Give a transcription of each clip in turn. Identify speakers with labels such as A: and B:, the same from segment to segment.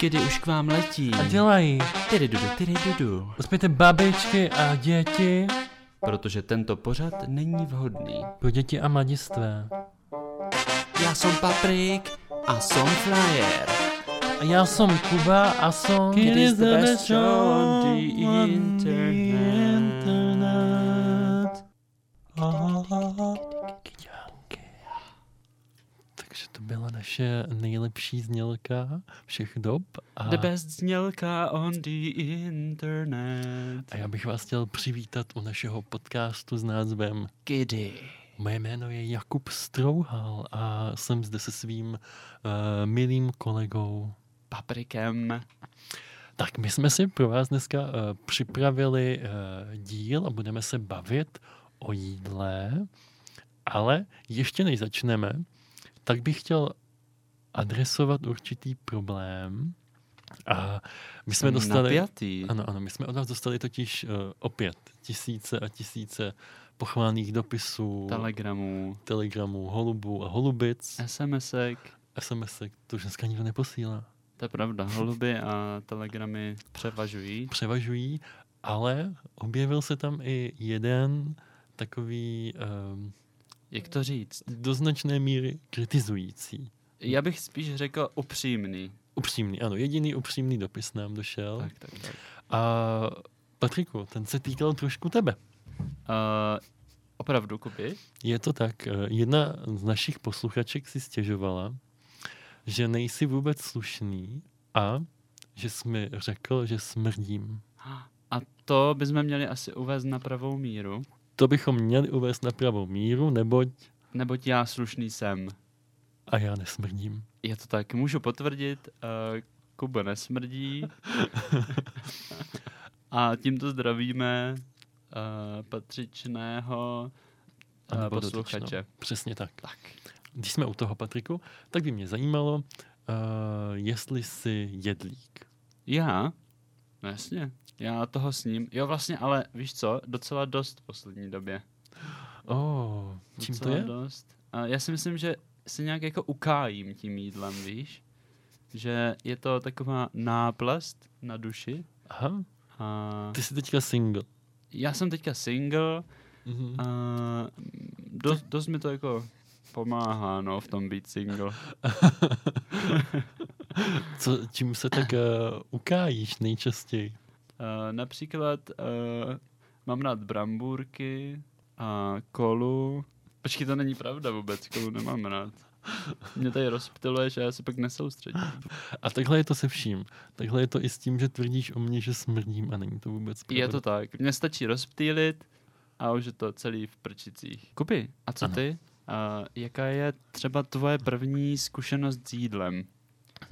A: kdy už k vám letí.
B: A dělají.
A: Tyry dudu, tyry dudu.
B: Uspějte babičky a děti
A: Protože tento pořad není vhodný.
B: pro děti a mladistvé.
A: Já jsem Paprik a jsem Flyer.
B: A já jsem Kuba a jsem...
A: It is the best show on the internet.
B: Kyťánky. Takže to byla naše nejlepší znělka všech dob. A,
A: The best znělka on the internet.
B: a já bych vás chtěl přivítat u našeho podcastu s názvem
A: Kdy?
B: Moje jméno je Jakub Strouhal a jsem zde se svým uh, milým kolegou
A: Paprikem.
B: Tak my jsme si pro vás dneska uh, připravili uh, díl a budeme se bavit o jídle, ale ještě než začneme, tak bych chtěl adresovat určitý problém. A my jsme dostali...
A: Napjatý.
B: Ano, ano, my jsme od vás dostali totiž uh, opět tisíce a tisíce pochválných dopisů,
A: Telegramů.
B: telegramů, holubů a holubic,
A: SMSek.
B: SMS, to už dneska nikdo neposílá.
A: To je pravda, holuby a telegramy převažují.
B: převažují, ale objevil se tam i jeden takový um,
A: Jak to říct?
B: do značné míry kritizující.
A: Já bych spíš řekl upřímný.
B: Upřímný, ano, jediný upřímný dopis nám došel.
A: Tak, tak, tak.
B: A Patriku, ten se týkal trošku tebe.
A: Uh, opravdu, Kuby?
B: Je to tak, eh, jedna z našich posluchaček si stěžovala, že nejsi vůbec slušný a že jsi mi řekl, že smrdím.
A: A to bychom měli asi uvést na pravou míru,
B: To bychom měli uvést na pravou míru, neboť
A: neboť já slušný jsem.
B: a já nesmrdím.
A: Je to tak, můžu potvrdit, uh, Kuba nesmrdí. A tímto zdravíme uh, patřičného
B: A
A: uh,
B: nebo
A: posluchače.
B: dotyčnou. Přesně tak.
A: Tak.
B: Když jsme u toho, Patriku, tak by mě zajímalo, uh, jestli jsi jedlík.
A: Já? No jasně, já toho s ním. Jo vlastně, ale víš co, docela dost v poslední době.
B: Oh, čím to
A: Docela
B: je?
A: Dost. A já si myslím, že se nějak jako ukájím tím jídlem, víš? Že je to taková náplast na duši.
B: Aha,
A: A
B: ty jsi teďka single.
A: já jsem teďka single
B: Mhm.
A: a dost, dost mi to jako pomáhá, no, v tom být single.
B: Co, čím se tak uh, ukájíš nejčastěji?
A: Uh, například uh, mám rád brambůrky a kolu. Počkej, to není pravda vůbec, kolu nemám rád. Mě tady rozptiluješ a já se pak nesoustředím.
B: A takhle je to se vším. Takhle je to i s tím, že tvrdíš o mně, že smrdím a není to vůbec pravda.
A: Je to tak. Mně stačí rozptýlit a už je to celý v prčicích. Kupi, a co
B: Ano.
A: ty? A jaká je třeba tvoje první zkušenost s jídlem?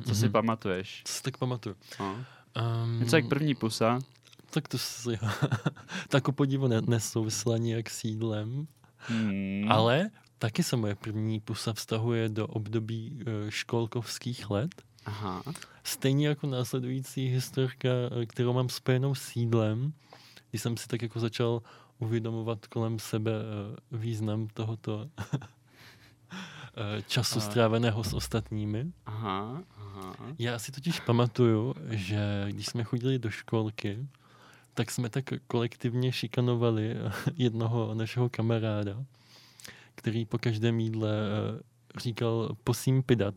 A: Co si
B: Mhm.
A: pamatuješ?
B: Co si tak pamatuju?
A: No.
B: Um,
A: Něco jak první pusa?
B: Tak to si... tak o podivu ne, nesouvisla nijak s jídlem.
A: Hmm.
B: Ale taky se moje první pusa vztahuje do období eh, školkovských let.
A: Aha.
B: Stejně jako následující historka, eh, kterou mám spojenou s jídlem, když jsem si tak jako začal uvědomovat kolem sebe eh, význam tohoto eh, času
A: A-
B: stráveného s ostatními.
A: Aha. Aha.
B: Já si totiž pamatuju, že když jsme chodili do školky, tak jsme tak kolektivně šikanovali jednoho našeho kamaráda, který po každém jídle eh, říkal posím pidat.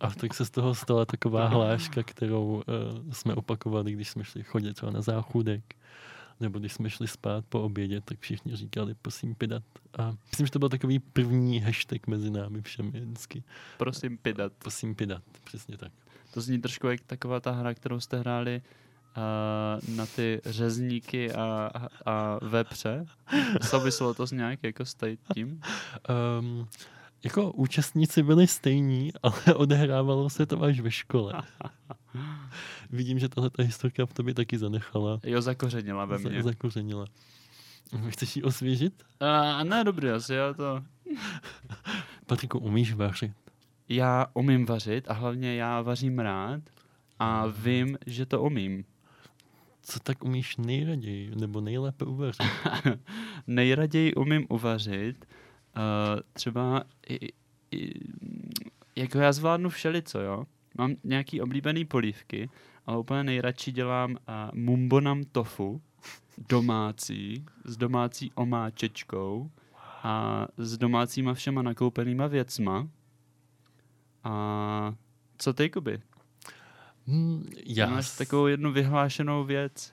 B: A tak se z toho stala taková hláška, kterou eh, jsme opakovali, když jsme šli chodit třeba na záchůdek, nebo když jsme šli spát po obědě, tak všichni říkali posím pidat. A myslím, že to byl takový první hashtag mezi námi všemi vždycky.
A: Prosím, pidat.
B: Posím pidat, přesně tak.
A: To zní trošku jak taková ta hra, kterou jste hráli uh, na ty řezníky a, a vepře. Souviselo to s nějak jako s tady tím?
B: Um, jako účastníci byli stejní, ale odehrávalo se to až ve škole. Vidím, že tahle ta historka v tobě taky zanechala,
A: Jo, zakořenila ve mně.
B: za, zakořenila. Mhm. Chceš ji osvěžit?
A: A ne, dobrý, asi já to...
B: Patriku, umíš vařit?
A: Já umím vařit a hlavně já vařím rád a vím, že to umím.
B: Co tak umíš nejraději, nebo nejlépe uvařit?
A: Nejraději umím uvařit eh, uh, třeba i, i, jako já zvládnu všelico, jo? mám nějaký oblíbený polívky, ale úplně nejradši dělám a, mumbonam tofu, domácí, s domácí omáčečkou a s domácíma všema nakoupenýma věcma. A co ty, Kuby?
B: Hm, Já
A: Máš
B: s-
A: takovou jednu vyhlášenou věc.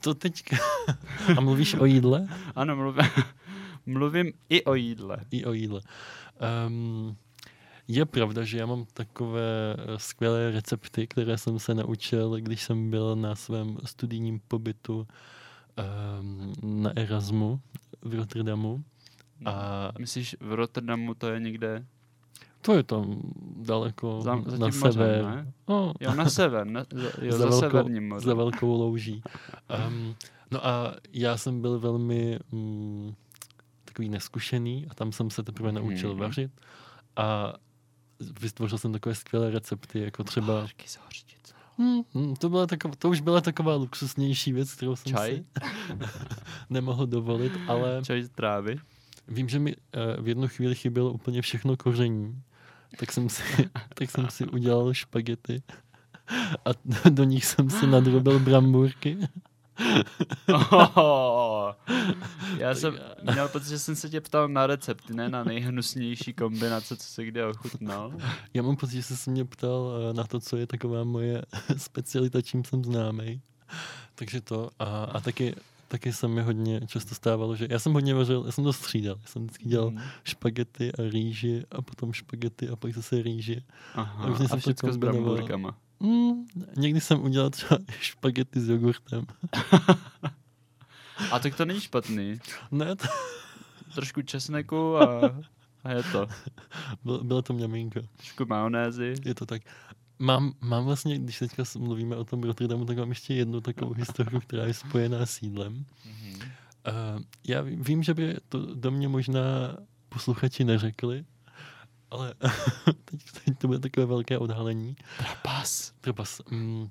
B: to teďka... A mluvíš o jídle?
A: Ano, mluv... mluvím i o jídle.
B: I o jídle. Um, je pravda, že já mám takové eh, skvělé recepty, které jsem se naučil, když jsem byl na svém studijním pobytu um, na Erasmu v Rotterdamu. A
A: Myslíš, v Rotterdamu to je někde
B: to je tam daleko
A: za, za
B: na
A: tím mořem,
B: sever.
A: ne?
B: No,
A: Jo, na sever, na, za, jo, za, za severním mořem.
B: za velkou louží. Um, no a já jsem byl velmi um, takový neskušený a tam jsem se teprve naučil
A: Mhm.
B: vařit a vytvořil jsem takové skvělé recepty, jako třeba...
A: Horky z hořčic.
B: Hmm, hmm, to, byla taková, to už byla taková luxusnější věc, kterou jsem
A: Čaj?
B: si nemohl dovolit, ale
A: Čaj z trávy.
B: vím, že mi eh, v jednu chvíli chybělo úplně všechno koření, tak jsem si, tak jsem si udělal špagety a do nich jsem si nadrobil bramburky.
A: Oh, já
B: To
A: jsem
B: já.
A: měl pocit, že jsem se tě ptal na recepty, ne na nejhnusnější kombinace, co se kdy ochutnal.
B: Já mám pocit, že jsi se mě ptal eh, na to, co je taková moje specialita, čím jsem známý. Takže to a, a taky, taky se mi hodně často stávalo, že já jsem hodně vařil, já jsem to střídal. Já jsem vždycky dělal
A: Mhm.
B: špagety a rýži a potom špagety a pak zase rýži.
A: Aha,
B: Různě
A: a
B: jsem to
A: všechno s
B: kombinoval.
A: bramburkama.
B: Mm, někdy jsem udělal třeba i špagety s jogurtem.
A: A tak to není špatný.
B: Ne, to
A: Trošku česneku a, a je to.
B: bylo, bylo to mňaminko.
A: Trošku majonézy.
B: Je to tak. Mám, mám vlastně, když teďka s- mluvíme o tom Rotterdamu, tak mám ještě jednu takovou historii, která je spojená s jídlem. Uh, já ví- vím, že by to do mě možná posluchači neřekli, ale teď, teď to bude takové velké odhalení.
A: Trapas.
B: Trpas. Mm,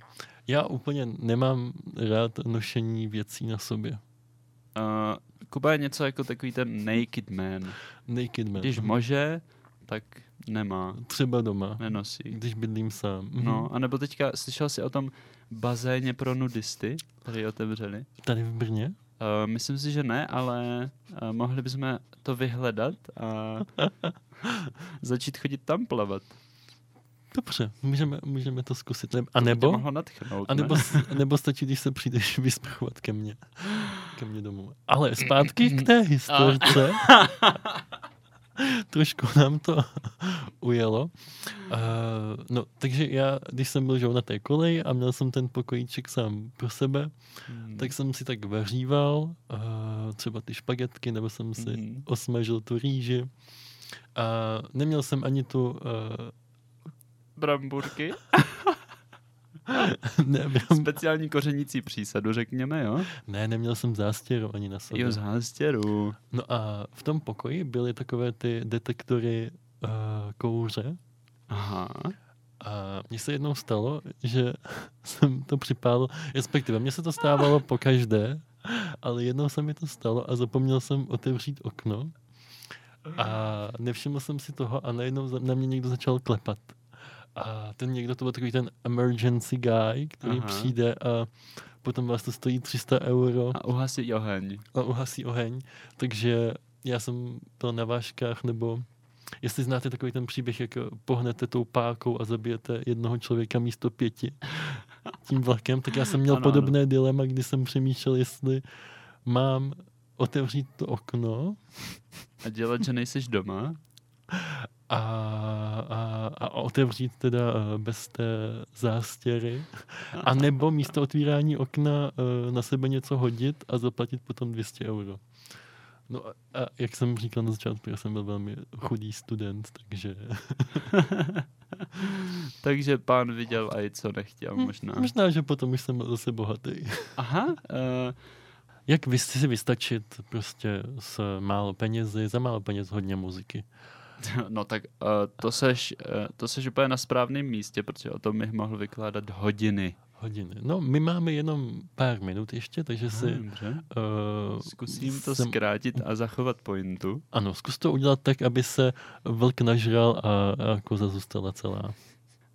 B: já úplně nemám rád nošení věcí na sobě.
A: Uh, Kuba je něco jako takový ten naked man.
B: Naked man.
A: Když može, tak nemá,
B: Třeba doma,
A: nenosí.
B: když bydlím sám. Mhm.
A: No, anebo teďka slyšel jsi o tom bazéně pro nudisty, který otevřeli?
B: Tady v Brně?
A: Uh, myslím si, že ne, ale uh, mohli bychom to vyhledat a začít chodit tam plavat.
B: Dobře, můžeme, můžeme to zkusit. Ne- A
A: To
B: nebo?
A: mohlo nadchnout,
B: A nebo,
A: ne?
B: s- nebo stačí, když se přijdeš vysprchovat ke mně. Ke mně domů. Ale zpátky k té historce. Trošku nám to ujelo. Uh, no, takže já, když jsem byl že jo, na té koleji a měl jsem ten pokojíček sám pro sebe,
A: Hmm.
B: tak jsem si tak vaříval uh, třeba ty špagetky, nebo jsem si
A: Mhm.
B: osmažil tu rýži. A neměl jsem ani tu... Uh,
A: Bramburky,
B: ne, bram-
A: speciální kořenící přísadu, řekněme, jo?
B: ne, neměl jsem zástěru ani na sobě.
A: Jo, z hástěru.
B: No a v tom pokoji byly takové ty detektory uh, kouře.
A: Aha.
B: A mně se jednou stalo, že jsem to připálil, respektive mně se to stávalo po každé, ale jednou se mi to stalo a zapomněl jsem otevřít okno a nevšiml jsem si toho a najednou za- na mě někdo začal klepat. A ten někdo, to byl takový ten emergency guy, který
A: Aha.
B: Aha. přijde a potom vás to stojí 300 euro
A: A uhasí oheň.
B: a uhasí oheň. Takže já jsem byl na váškách, nebo jestli znáte takový ten příběh, jak pohnete tou pákou a zabijete jednoho člověka místo pěti tím vlakem, tak já jsem měl
A: Ano,
B: ano, podobné ano. dilema, kdy jsem přemýšlel, jestli mám otevřít to okno
A: A dělat, že nejseš doma.
B: a, a, a otevřít teda eh, bez té zástěry, a nebo místo otvírání okna eh, na sebe něco hodit a zaplatit potom 200 euro. No a, a jak jsem říkal na začátku, já jsem byl velmi chudý student, takže
A: Takže pán viděl a i co nechtěl možná.
B: Hm, možná, že potom už jsem byl zase bohatý.
A: Aha, uh,
B: Jak vy si vystačit prostě s málo penězi, za málo peněz hodně muziky?
A: no tak uh, to, seš, uh, to seš úplně na správném místě, protože o tom bych mohl vykládat hodiny.
B: Hodiny. No, my máme jenom pár minut ještě, takže si...
A: Ah, dobře.
B: eh,
A: Zkusím to
B: Hmm. jsem-
A: zkrátit a zachovat pointu.
B: Ano, zkus to udělat tak, aby se vlk nažral a, a koza zůstala celá.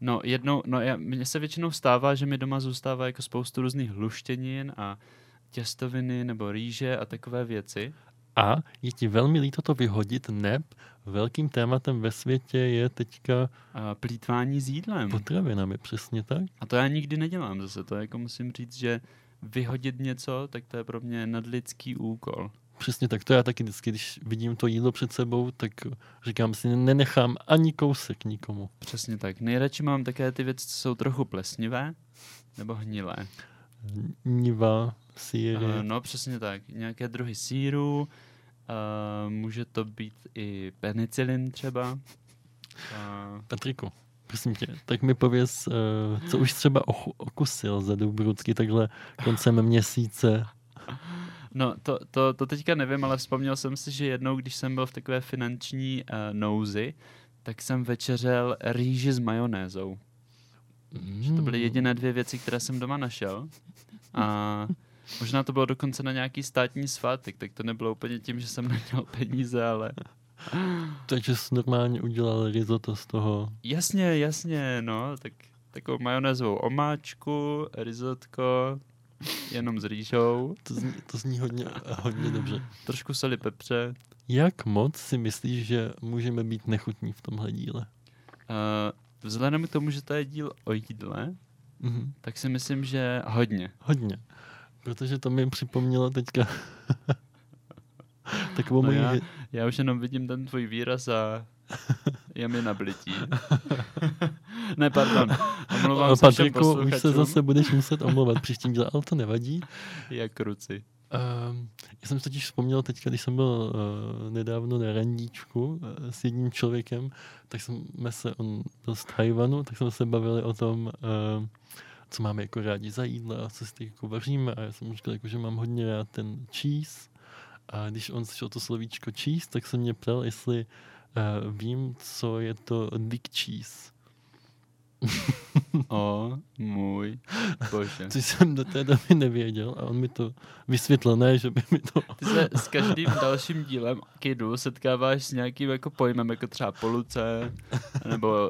A: No, jednou, no já, mně se většinou stává, že mi doma zůstává jako spoustu různých hluštěnin a těstoviny nebo rýže a takové věci.
B: A je ti velmi líto to vyhodit, neb velkým tématem ve světě je teďka
A: A plítvání s jídlem.
B: potravinami, přesně tak.
A: A to já nikdy nedělám zase, to jako musím říct, že vyhodit něco, tak to je pro mě nadlidský úkol.
B: Přesně tak, to já taky vždycky, když vidím to jídlo před sebou, tak říkám si, nenechám ani kousek nikomu.
A: Přesně tak. Nejradši mám také ty věci, co jsou trochu plesnivé nebo hnilé.
B: Niva, síry,
A: Uh, no přesně tak. Nějaké druhy síru, uh, může to být i penicilin třeba. Uh,
B: Patriku, prosím tě, tak mi pověz, eh, co už třeba ochu- okusil za Dobrucky takhle koncem měsíce.
A: no to, to, to teďka nevím, ale vzpomněl jsem si, že jednou, když jsem byl v takové finanční uh, nouzi, tak jsem večeřel rýži s majonézou. Že to
B: Hmm.
A: byly jediné dvě věci, které jsem doma našel. A možná to bylo dokonce na nějaký státní svátek, tak to nebylo úplně tím, že jsem neměl peníze, ale...
B: Takže jsi normálně udělal risotto z toho.
A: Jasně, jasně, no, tak takovou majonézovou omáčku, risotko, jenom s rýžou,
B: To zní, to zní hodně, hodně dobře.
A: trošku soli pepře.
B: Jak moc si myslíš, že můžeme být nechutní v tomhle díle?
A: Eh, Vzhledem k tomu, že to je díl o jídle,
B: Mhm.
A: tak si myslím, že hodně.
B: Hodně. Protože to mi připomnělo teďka takovou
A: No
B: moji...
A: já- Já už jenom vidím ten tvůj výraz a je mi na blití. ne, pardon, omlouvám se všem
B: Patriku, už se
A: posluchačům.
B: zase budeš muset omlouvat příštím díle, ale to nevadí.
A: Jak ruci.
B: Ehm, já jsem si totiž vzpomněl teďka, když jsem byl eh, nedávno na randíčku eh, s jedním člověkem, tak jsme se, on byl z Tajvanu, tak jsme se bavili o tom, eh, co máme jako rádi za jídla a co si tak jako vaříme. A já jsem mu říkal, jako, že mám hodně rád ten cheese. A když on slyšel to slovíčko cheese, tak se mě ptal, jestli eh, vím, co je to dick cheese.
A: O můj bože.
B: Což jsem do té doby nevěděl a on mi to vysvětlil, ne, že by mi to...
A: Ty se s každým dalším dílem kidu setkáváš s nějakým jako pojmem, jako třeba poluce, nebo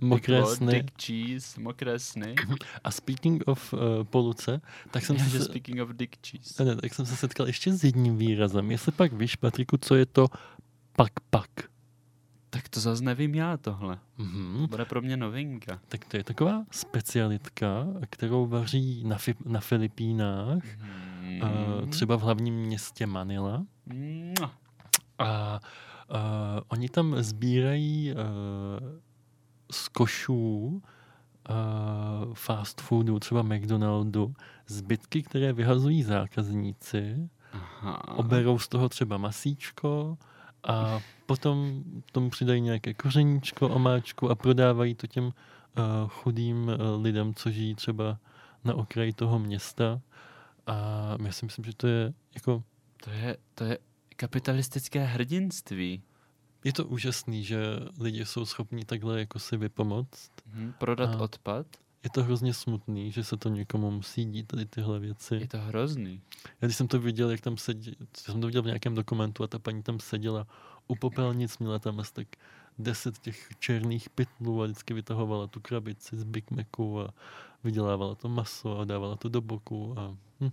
A: uh,
B: Mokré sny.
A: dick cheese, mokré sny.
B: A speaking of uh, poluce, tak jsem,
A: Takže
B: se, Eh,
A: speaking of dick cheese.
B: ne, tak jsem se setkal ještě s jedním výrazem. Jestli pak víš, Patriku, co je to pak-pak?
A: Tak to zase nevím já tohle.
B: Mhm.
A: Bude pro mě novinka.
B: Tak to je taková specialitka, kterou vaří na, Fi- na Filipínách,
A: Hmm.
B: mm. uh, třeba v hlavním městě Manila.
A: Mua.
B: A uh, oni tam sbírají uh, z košů uh, fast foodu, třeba McDonaldu, zbytky, které vyhazují zákazníci.
A: Aha.
B: oberou z toho třeba masíčko a potom tomu přidají nějaké kořeníčko, omáčku a prodávají to těm eh, chudým eh, lidem, co žijí třeba na okraji toho města. A já si myslím, že to je jako
A: To je, to je kapitalistické hrdinství.
B: je to úžasný, že lidi jsou schopni takhle jako si vypomoct.
A: Mhm. Prodat
B: A-
A: odpad,
B: Je to hrozně smutný, že se to někomu musí dít tady tyhle věci.
A: je to hrozný.
B: Já když jsem to viděl, jak tam sedí, já jsem to viděl v nějakém dokumentu a ta paní tam seděla u popelnic, měla tam asi tak deset těch černých pytlů a vždycky vytahovala tu krabici z Big Macu a vydělávala to maso a dávala to do boku a hm.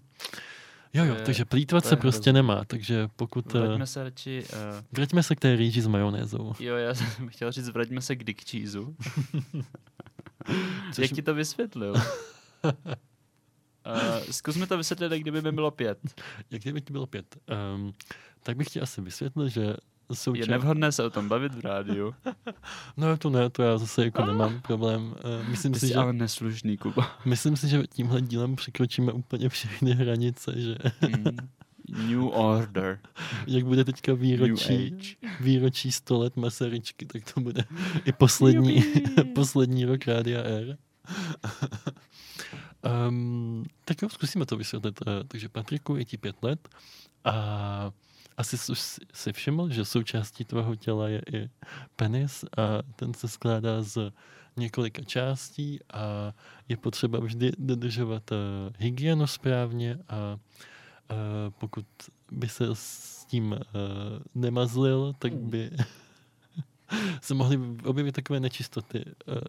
B: Jo, jo,
A: To je-
B: takže plítvat
A: to
B: se
A: je
B: prostě
A: hrozný.
B: nemá, takže pokud... Vraťme,
A: Vraťme se radši... eh,
B: vraťme se k té rýži s majonézou.
A: Jo, já jsem chtěl říct, vraťme se k dick cheeseu.
B: Což-
A: Jak ti to vysvětlil? Uh, zkus mi to vysvětlit, jak kdyby mi bylo pět.
B: Jak kdyby ti bylo pět, um, tak bych ti asi vysvětlil, že jsou
A: Je nevhodné se o tom bavit v rádiu.
B: No to ne, to já zase jako nemám problém. Eh, Myslím
A: Ty
B: si,
A: jsi
B: že
A: ale neslušný, Kuba.
B: Myslím si, že tímhle dílem překročíme úplně všechny hranice, že
A: Mm. New order.
B: jak bude teďka výročí,
A: New age.
B: výročí 100 let Masaryčky, tak to bude i poslední,
A: Jupi.
B: poslední rok Rádia R. um, tak jo, zkusíme to vysvětlit. Eh, Takže Patriku, je ti pět let a asi jsi už si- si všiml, že součástí tvého těla je i penis a ten se skládá z několika částí a je potřeba vždy dodržovat eh, hygienu správně a eh, pokud by se s tím eh, nemazlil, tak by se mohly objevit takové nečistoty eh,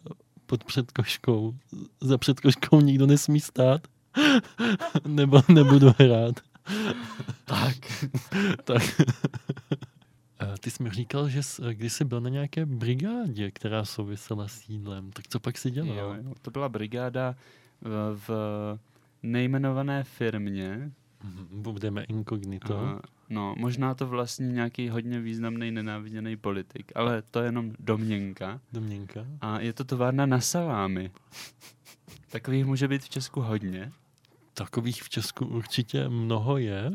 B: pod předkoškou. Za předkoškou nikdo nesmí stát. Nebo nebudu hrát.
A: Tak.
B: tak. Eh, Ty jsi mi říkal, že jsi, eh, když jsi byl na nějaké brigádě, která souvisela s jídlem, tak co pak jsi dělal?
A: Jo, jo. To byla brigáda v, v nejmenované firmě.
B: Mhm, Budeme inkognito.
A: A, no, možná to vlastní nějaký hodně významný nenáviděný politik, ale to je jenom domněnka.
B: Domněnka.
A: A je to továrna na salámy. Takových může být v Česku hodně.
B: Takových v Česku určitě mnoho je.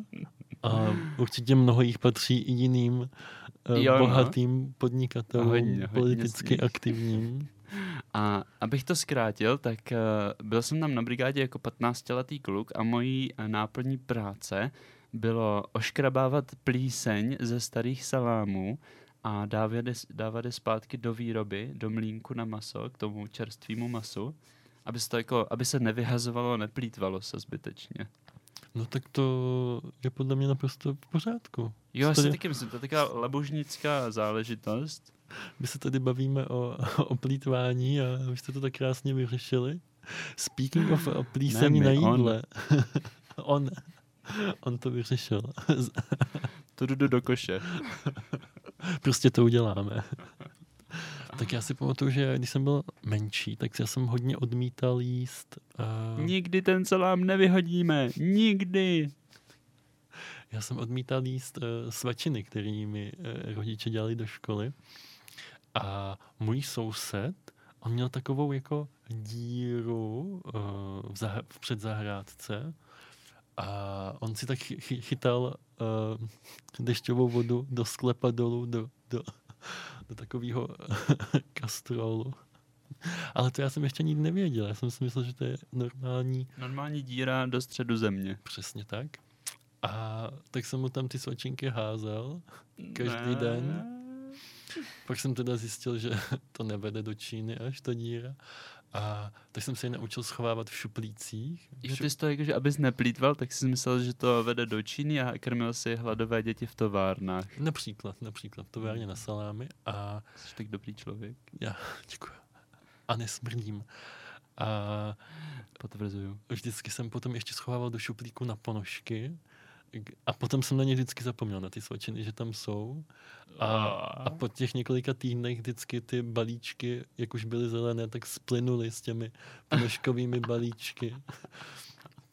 B: A určitě mnoho jich patří i jiným eh,
A: Jo, no.
B: bohatým podnikatelům,
A: Hodně, hodně z
B: politicky
A: nich.
B: aktivním.
A: A abych to zkrátil, tak eh, byl jsem tam na brigádě jako 15-letý kluk a mojí eh, náplní práce bylo oškrabávat plíseň ze starých salámů a dávat je, dávat je zpátky do výroby, do mlínku na maso, k tomu čerstvému masu, aby se, to jako, aby se nevyhazovalo, neplýtvalo se zbytečně.
B: No tak to je podle mě naprosto v pořádku.
A: Jo, já
B: Stojí-
A: si taky myslím, to je taková labužnická záležitost.
B: My se tady bavíme o, o plítvání a vy jste to tak krásně vyřešili. Speaking of eh, plísení
A: my,
B: na
A: on.
B: jídle. On. on. to vyřešil.
A: To jdu do koše.
B: Prostě to uděláme. tak já si pamatuju, že když jsem byl menší, tak já jsem hodně odmítal jíst. eh,
A: Nikdy ten salám nevyhodíme. Nikdy.
B: Já jsem odmítal jíst uh, svačiny, které mi uh, rodiče dělali do školy. A můj soused, on měl takovou jako díru uh, v, zah- v předzahrádce a on si tak chy- chy- chytal uh, dešťovou vodu do sklepa dolů, do, do, do takového kastrolu. Ale to já jsem ještě nikdy nevěděl. Já jsem si myslel, že to je normální
A: Normální díra do středu země.
B: Přesně tak. A tak jsem mu tam ty svačinky házel. Každý den. Pak jsem teda zjistil, že to nevede do Číny až ta díra. A tak jsem se ji naučil schovávat v šuplících. No, V
A: Jo,
B: šup-
A: ty jsi to jako, že abys neplýtval, tak jsi myslel, že to vede do Číny a krmil si hladové děti v továrnách.
B: Například, například, továrně na salámy a
A: Jsi tak dobrý člověk,
B: děkuji. A nesmrdím. A
A: potvrzuju.
B: vždycky jsem potom ještě schovával do šuplíku na ponožky k- a potom jsem na ně vždycky zapomněl, na ty svačiny, že tam jsou. A, A po těch několika týdnech vždycky ty balíčky, jak už byly zelené, tak splynuly s těmi ponožkovými balíčky.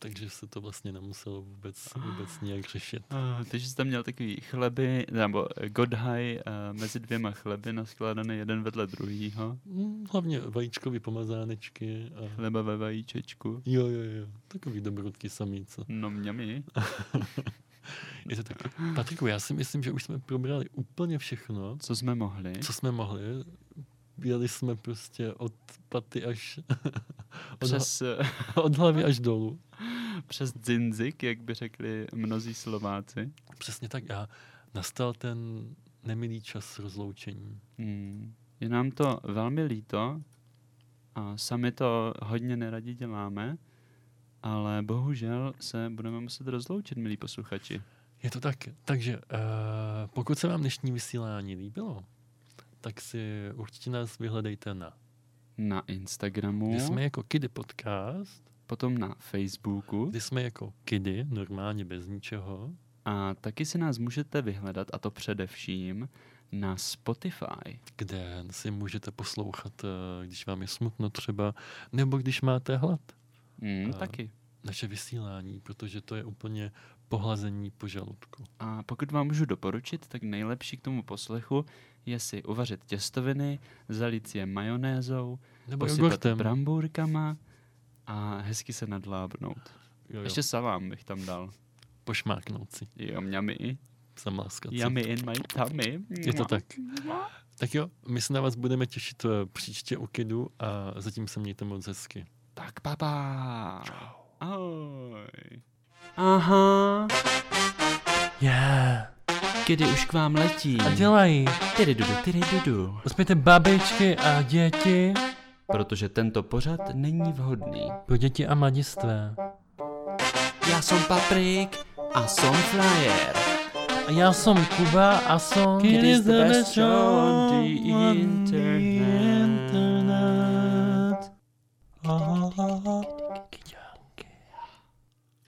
B: Takže se to vlastně nemuselo vůbec, vůbec nějak řešit.
A: Ah, takže jsi tam měl takový chleby, nebo eh, godhaj eh, mezi dvěma chleby naskládané jeden vedle druhýho.
B: Mm, Hlavně vajíčkový pomazánečky. A...
A: Chleba ve vajíčečku.
B: Jo, jo, jo. Takový dobrutky samíce.
A: No mňami.
B: Je to tak. Patriku, já si myslím, že už jsme probrali úplně všechno,
A: Co jsme mohli?
B: co jsme mohli. Jeli jsme prostě od paty až... od, Přes...
A: Přes, eh,
B: od hlavy až dolů.
A: přes dzinzik, jak by řekli mnozí Slováci.
B: Přesně tak. A nastal ten nemilý čas rozloučení.
A: Hmm. Je nám to velmi líto a sami to hodně neradi děláme, ale bohužel se budeme muset rozloučit, milí posluchači.
B: Je to tak. Takže uh, pokud se vám dnešní vysílání líbilo, tak si určitě nás vyhledejte na.
A: Na Instagramu,
B: Kdy jsme jako Kidy Podcast,
A: potom na Facebooku
B: kdy jsme jako Kidy, normálně bez ničeho.
A: a taky si nás můžete vyhledat, a to především na Spotify.
B: kde si můžete poslouchat, eh, když vám je smutno třeba, nebo když máte hlad.
A: Hmm,
B: A-
A: taky.
B: Naše vysílání, protože to je úplně pohlazení po žaludku.
A: A pokud vám můžu doporučit, tak nejlepší k tomu poslechu je si uvařit těstoviny, zalít je majonézou,
B: Nebo
A: posypat
B: jogurtem.
A: brambůrkama Prostě a hezky se nadlábnout.
B: Jo, jo.
A: Ještě salám bych tam dal.
B: Pošmáknout si,
A: Jo, mňami.
B: zamláskat si.
A: Yummy in my tummy.
B: Je to tak. Tak jo, my se na vás budeme těšit eh, příště u Kidu a zatím se mějte moc hezky.
A: Tak papa. Ahoj. Aha,
C: Yeah.
A: kdy už k vám letí.
C: A dělají.
A: Tyry dudu, tyry dudu.
C: Uspějte babičky a děti
A: Protože tento pořad není vhodný.
C: pro děti a mladistvé.
A: Já jsem Paprik a jsem Flyer.
C: A já jsem Kuba a jsem...
A: It is the best show on the